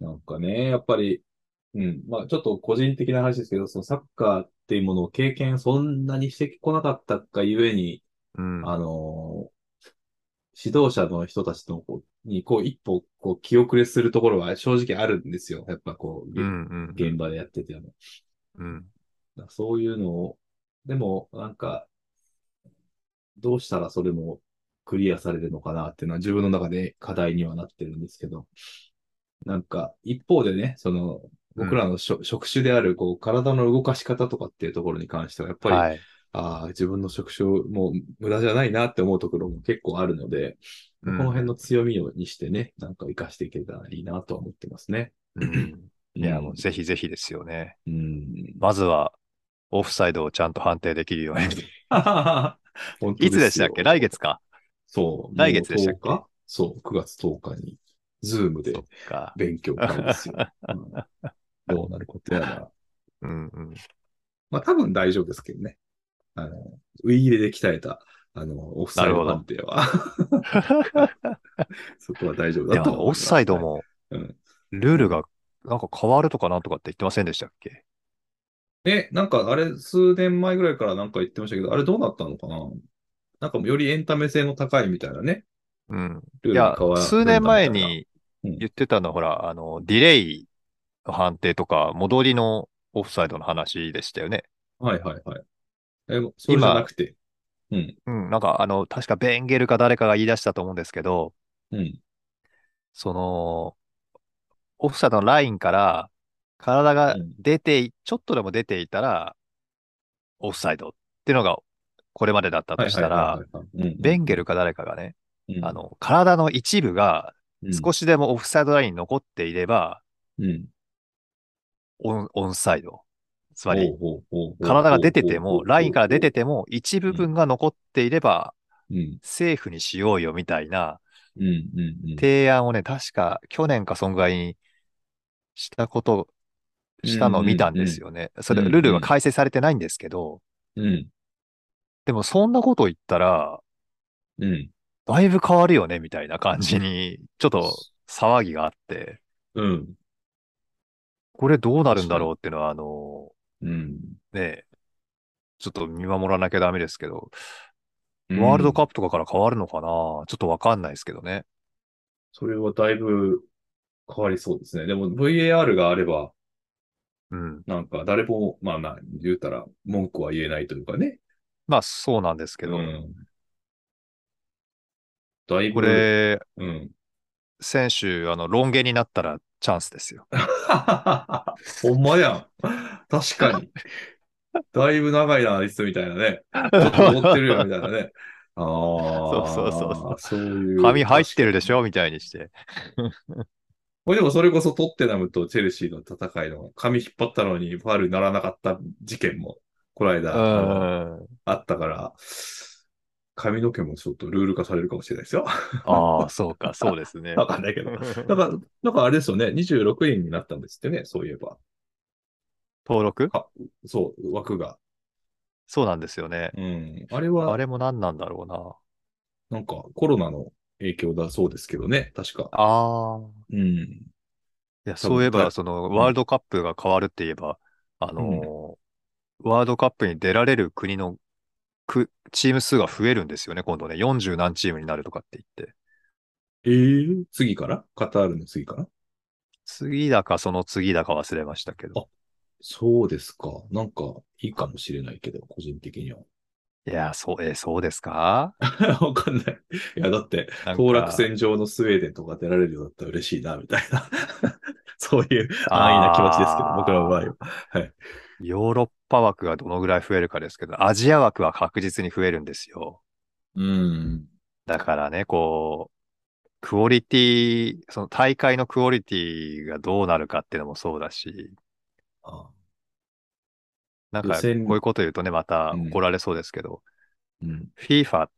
なんかね、やっぱり、うん、まあちょっと個人的な話ですけど、そのサッカーっていうものを経験そんなにしてこなかったがゆえに、うん。あのー指導者の人たちのこうに、こう、一歩、こう、気遅れするところは正直あるんですよ。やっぱこう、うげんうんう現ん。場でやってても。うん。だからそういうのを、でも、なんか、どうしたらそれもクリアされるのかなっていうのは自分の中で課題にはなってるんですけど、なんか一方でね、そのう僕ん。らのしょ職種であるこう体の動かし方とかっていうところに関しては、やっぱりはい。あー自分の職種も無駄じゃないなって思うところも結構あるので、うこの辺ん。の強みをにしてね、なんか活かしていけたらいいなとは思ってますね。うん。う、いや、もうんぜひぜひですよね。うん。 まずは、オフサイドをちゃんと判定できる ように。本当いつでですしたっけ来よ。月か。そう、来もう月でしたっ10け日そう、9月10日に、ズームそでっか。勉強会 ですよ。うん、どうなることやら。うんうん。まあ多分大丈夫ですけどね。あの、ウィーレで鍛えた、あの、オフなサイるドほ判ど。定は そこは大丈夫でだもとなはんかオ思いフまサす。イドはい。もうん。ルーうルん。がなんか変わるとかなんとかって言ってませんでしたっけえ、なんかあれ、数年前ぐらいからなんか言ってましたけど、あれどうなったのかななんかよりエンタメ性の高いみたいなね、うん。ルールいにや、変わ数るん年だみ前たいな。にうん。言ってたのは、ほら、あの、ディレイの判定とか、戻りのオフサイドの話でしたよね。はいはいはい。え、それじゃな今、くて。うん。うん、なんか、あの、確かベンゲルか誰かが言い出したと思うんですけど、うん。その、オフサイドのラインから、体うがん。出てい、ちょっとでも出ていたら、オフサイドっていうのが、これまでだったはといしはたいはいら、はいはい。うんベンうゲんルか誰かがね、うあん。の、体の一部がうん。少しでもオフサイドラインに残っていれば、うん。オン、オンサイド。つまほり、うほうほうほう体がほ出うてほてうほも、うライほンうから出ほてても、一部う。うん。分が残っていれば、うん。セーフにしようよみたいなうんうんうん。提案をね、確か去年か損害にしたこと、うしたのを見んたんうですんよね。うそれ、ルールがん改正されてないんですけど、うんうんでもそんなこと言ったら、うんうんだいぶ変わるよね、みたいな感じに、ちょっと騒ぎがあって、うんこれどうなる確んだかにろうっていうのは、あの、うんね、ちょっと見守らなきゃダメですけど、うワールドカッんプとかから変わるのかなちょっとわかんないですけどね。それはだいぶ変わりそうですね。でも VAR があれば、うん。なんか誰も、まあな、言うたら文句は言えないというかね。まあそうなんですけうど、ん。だいこぶ、れ、うん。選手、あの、ロン毛になったらチャンスですよ。 ほんまやん。確かに。だいぶ長いな、リスみたいなね。ちょっと登ってるよ、みたいな ね。あそうそうそうそあ、う。そういう、髪入っ確てかるでに。しょみたいにして。これでもそれこそトッテナムとチェルシーの戦いの髪引っ張ったのにファウルにならなかった事件も、このう間、あの、ーん。あったから、髪の毛もちょっとルール化されるかもしれないですよ。ああ、そうか、そうです ね。わかんないけど。だから、なんかあれですよね、26人になったんですってね、そういえば。 登録か、そう、枠が。そうなんですよね。うん。あれあは、れも何なんだろうな。なんかコロナの影響だそうですけどね、確か。ああ。うん。いや、多そうい分えば、た、その、うワールん。ドカップが変わるって言えば、あうん。のーワールドカップに出られる国のく、チーム数が増えるんですよね、今度ね。40何チームになるとかって言って。えー、次からカタールの次から次だかその次だか忘れましたけあ、ど。そうですか。なんか、いいかもしれないけど、個人的には。 いや、そう、えーそうですかわかんない。いや、だって、なん当落か、線上のスウェーデンとか出られるようだったら嬉しいな、みたいな。 そういう安易な気持ちですけど、僕らの場合あは。はい。ー、ヨーロッパ枠がどのぐらい増えるかですけど、アジア枠は確実に増えるんですよ。うん。だからね、こう、クオリティ、その大会のクオリティがどうなるかっていうのもそうだし、あなん予かこうい選、うこと言うとね、まうた怒ん、られそうですけど、うん、 FIFA っ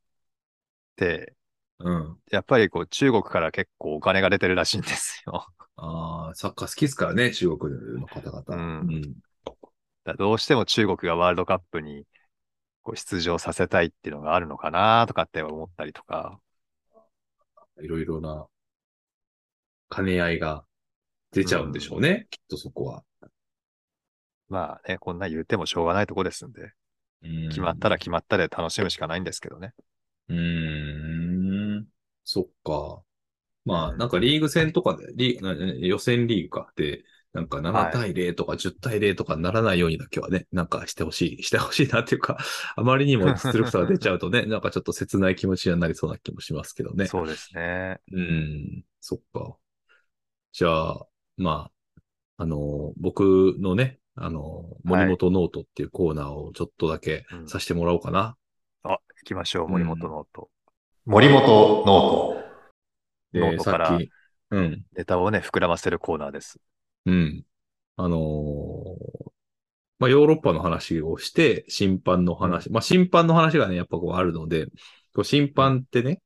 てうん。やっぱりこう中国から結構お金が出てるらしいんですよ。 ああ、サッカー好きですからね、中国の方う。々。うんん。だからどうしても中国がワールドカップにこう出場させたいっていうのがあるのかなとかって思ったりとか。いろいろな兼ね合いが。出ちゃうんでしょうね、きっとそこは。まあね、こんな言ってもしょうがないとこですんで、決まったら決まったで楽しむしかないんですけどね。うーん、そっか。まあ、なんかリーグ戦とかで、リな予選リーグかで、なんか7対0とか10対0とかにならないようにだけはね、なんかしてほしい、してほしいなっていうか、あまりにも出力差が出ちゃう とね、なんかちょっと切ない気持ちになりそうな気もしますけどね。そうですね。うん、そっか。じゃあ、まあ、あの、僕のね、あの、森本ノートっていうコーナーをちょっとだけうんさせてもらおうかな。あ、行きましょう、うん森本ノート。森本ノート。でノートからさっき、うん。ネタをね、膨らませるコーナーです。うん。あのーまあ、ヨーロッパの話をして、審判の話。まあ、審判の話がね、やっぱこうあるので、こう審判ってね、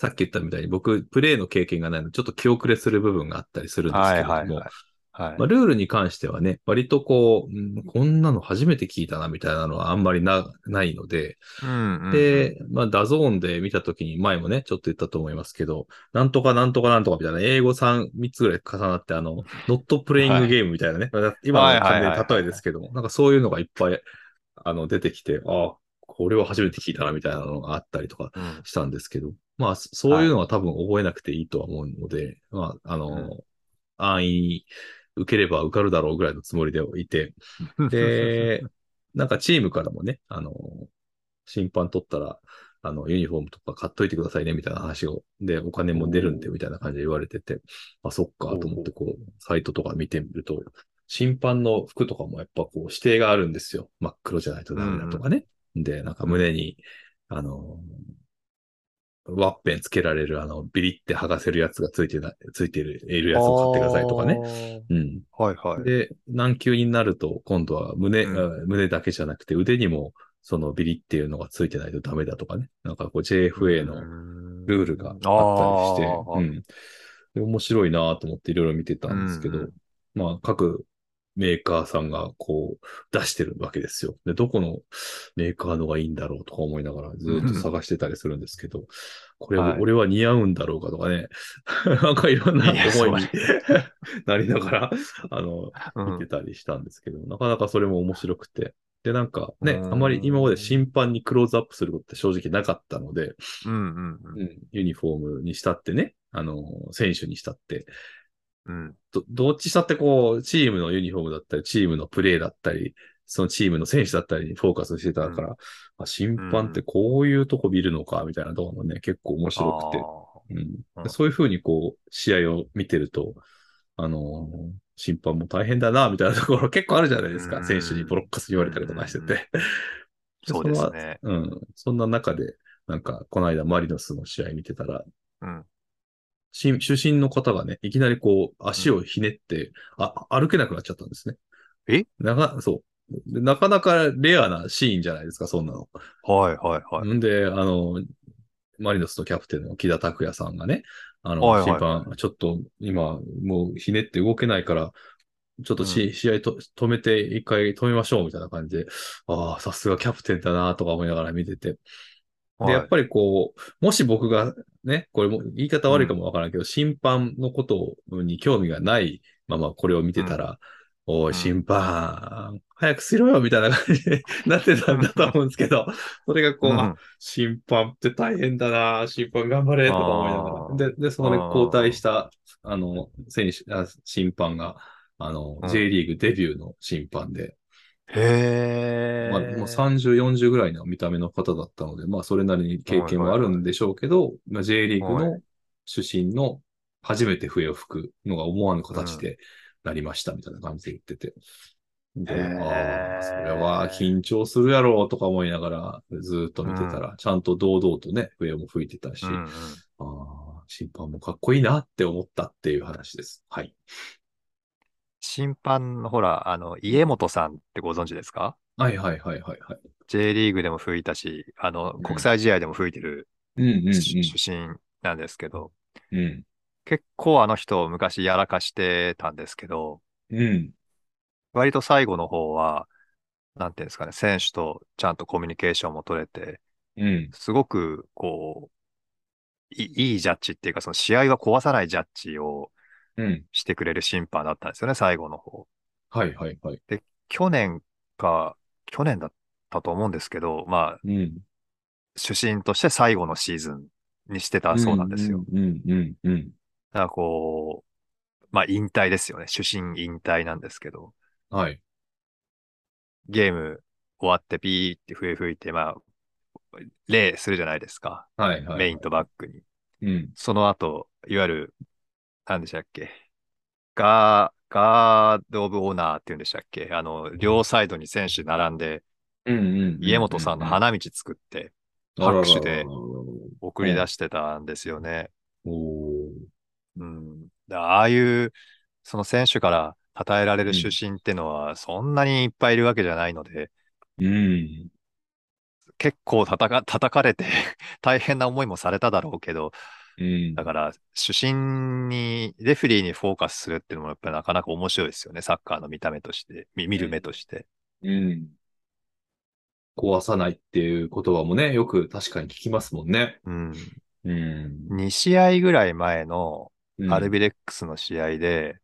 さっき言ったみたいに僕、プレーの経験がないので、ちょっと気遅れする部分があったりするんですけはれいども、はいはい。はいまあ、ルールに関してはね、割とこう、うんこんなの初めて聞いたな、みたいなのはあんまりな、ないので、うんうんうん、で、まあ、ダゾーンで見たときに、前もね、ちょっと言ったと思いますけど、なんとかなんとかなんとかみたいな、英語3、3つぐらい重なって、あの、ノットプレイングゲームみたいなね、今の完全に例えですけども、なんかそういうのがいっぱい、あの、出てきて、ああ、これは初めて聞いたな、みたいなのがあったりとかうんしたんですけど、まあ、そそういうのは多分覚えなくていいとは思うので、まあ、あの、うん安易に受ければ受かるだろうぐらいのつもりでいて、 で、なんかチームからもね、あの、審判取ったら、あの、ユニフォームとか買っといてくださいね、みたいな話を。で、お金も出るんで、みたいな感じで言われてて、あ、そっか、と思って、こう、サイトとか見てみると、審判の服とかもやっぱこう、指定があるんですよ。真っ黒じゃないとダメだとかね。で、なんか胸に、あの、ワッペンつけられる、あの、ビリって剥がせるやつがついてな、ついてる、いるやつを買ってくださいとかね。ね。うん。はいはい。で、難級になると、今度は胸、うんあ胸だけじゃなくて腕にも、そのビリっていうのがついてないとダメだとかね。なんかこう JFA ののルールがあったりして、うん。で面白いなと思っていろいろ見てたんですけど、うんうんまあ各メーカーさんがこう出してるわけですよ。で、どこのメーカーのがいいんだろうとか思いながらずっと探してたりするんですけど、これ、はい俺は似合うんだろうかとかね、 なんかいろんないや思いに そなりながら、あの、う見んてたりしたんですけど、なかなかそれも面白くて。で、なんかね、うんあまり今まで審判にクローズアップすることって正直なかったので、うんうんうんユニフォームにしたってね、あの、選手にしたって、うんど、どっちしたってこう、チームのユニフォームだったり、チームのプレーだったり、そのチームの選手だったりにフォーカスしてたから、あ審判ってこういうとこ見るのか、みたいなところもね、結構面白くて。う、うんんそういうふうにこう、試合を見てると、あのー審判も大変だな、みたいなところ結構あるじゃないですうか。ん選手にボロッカス言われたりとかしてて。あーそうですね。 そのうん。そんな中で、なんか、この間マリノスの試合見てたら、うんし主審の方がね、いきなりこう、足をひねって、あ、歩けなくなっちゃったんですね。えなか、そう。でなかなかレアなシーンじゃないですか、そんなの。はいはいはい。んで、あの、マリノスのキャプテンの木田拓也さんがね、あの、はいはい審判、ちょっと今、もうひねって動けないから、ちょっとし、試合と止めて、一回止めましょうみたいな感じで、ああ、さすがキャプテンだなとか思いながら見てて。はいで、やっぱりこう、もし僕がね、これも言い方悪いかもわからんけど、審判のことに興味がないままこれを見てたら、おうい、ん審判、早くしろよみたいな感じになってたんだと思うんですけど、それがこう、あうん審判って大変だな、審判頑張れとか思いあーながら。で、で、そのねあー交代した、あの、選手、あ審判が、あのう、ん J リーグデビューの審判で、へえ。まあ、もう30、40ぐらいの見た目の方だったので、まあ、それなりに経験はあるんでしょうけど、まあ、J リーグの主審の初めて笛を吹くのが思わぬ形でなりましたみたいな感じで言ってて。で、へーああ、それは緊張するやろうとか思いながらずーっと見てたら、ちゃんと堂々とね、笛も吹いてたし、うんうんああ、審判もかっこいいなって思ったっていう話です。はい。審判のほら、あの、家元さんってご存知ですかはいはいはいはいはい。 ?J リーグでも吹いたし、あの、ん国際試合でも吹いてるうんうん出身なんですけど、 うん。結構あの人昔やらかしてたんですけど、うん。うん。割と最後の方は、なんていうんですかね、選手とちゃんとコミュニケーションも取れて、うん。すごく、こう、いいいいジャッジっていうか、その試合は壊さないジャッジをうん。してくれる審判だったんですよね、最後の方。はいはいはい。去年か、去年だったと思うんですけど、まあ、うん。主審として最後のシーズンにしてたそうなんですよ。。うんうんうん。だからこう、まあ引退ですよね。主審引退なんですけど、はい。ゲーム終わってピーって笛吹いて、まあ、礼するじゃないですか。はいはい。メインとバックに。うん。その後、いわゆる、何でしたっけ。ガー、ガード・オブ・オナーっていうんでしたっけ。あの、両サイドに選手並んで、うんうん。家元さんの花道作って拍拍手で送り出してたんですよね。おーうん、だああいう、その選手から称えられる主審ってのは、そんなにいっぱいいるわけじゃないので、うん。結構叩か、叩かれて 大変な思いもされただろうけど、うん。だから、主審に、レフェリーにフォーカスするっていうのも、やっぱりなかなか面白いですよね、サッカーの見た目として、見見る目として。うん。壊さないっていう言葉もね、よく確かに聞きますもんね。うん。うん。 2試合ぐらい前の、うんアルビレックスの試合で、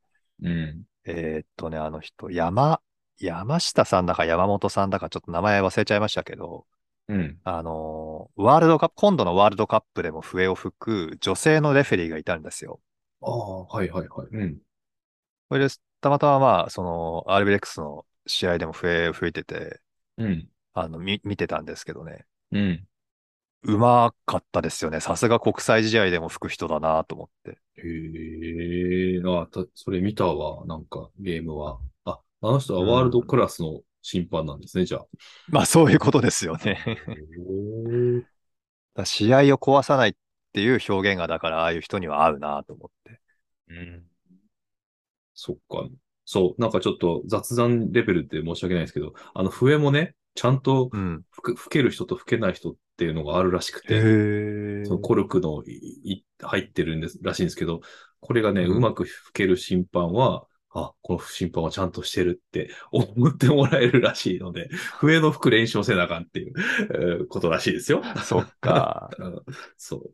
うん。えーっとね、あの人、山、山下さんだか山本さんだか、ちょっと名前忘れちゃいましたけど、うん。あのーワールドカップ、今度のワールドカップでも笛を吹く女性のレフェリーがいたんですよ。ああ、はいはいはい。うん。それで、たまたままあ、その、アルビレックスの試合でも笛を吹いてて、うん。あの、み、見てたんですけどね。うん。うまかったですよね。さすが国際試合でも吹く人だなと思って。へえ、あ、た、それ見たわ、なんか、ゲームは。あ、あの人はワールドクラスの審判なんですね、じ ゃあ。まあ、そういうことですよね。 へーだ試合を壊さないっていう表現が、だから、ああいう人には合うなと思って。うん。そっか。そう、なんかちょっと雑談レベルって申し訳ないですけど、あの笛もね、ちゃんとうん。吹く吹ける人と吹けない人っていうのがあるらしくへて、え。そのコルクのいい入ってるんです、らしいんですけど、これがね、うんうまく吹ける審判は、あ、この審判はちゃんとしてるって思ってもらえるらしいので、笛の吹く練習をせなあかんっていう、えーことらしいですよ。そっか。うんそう。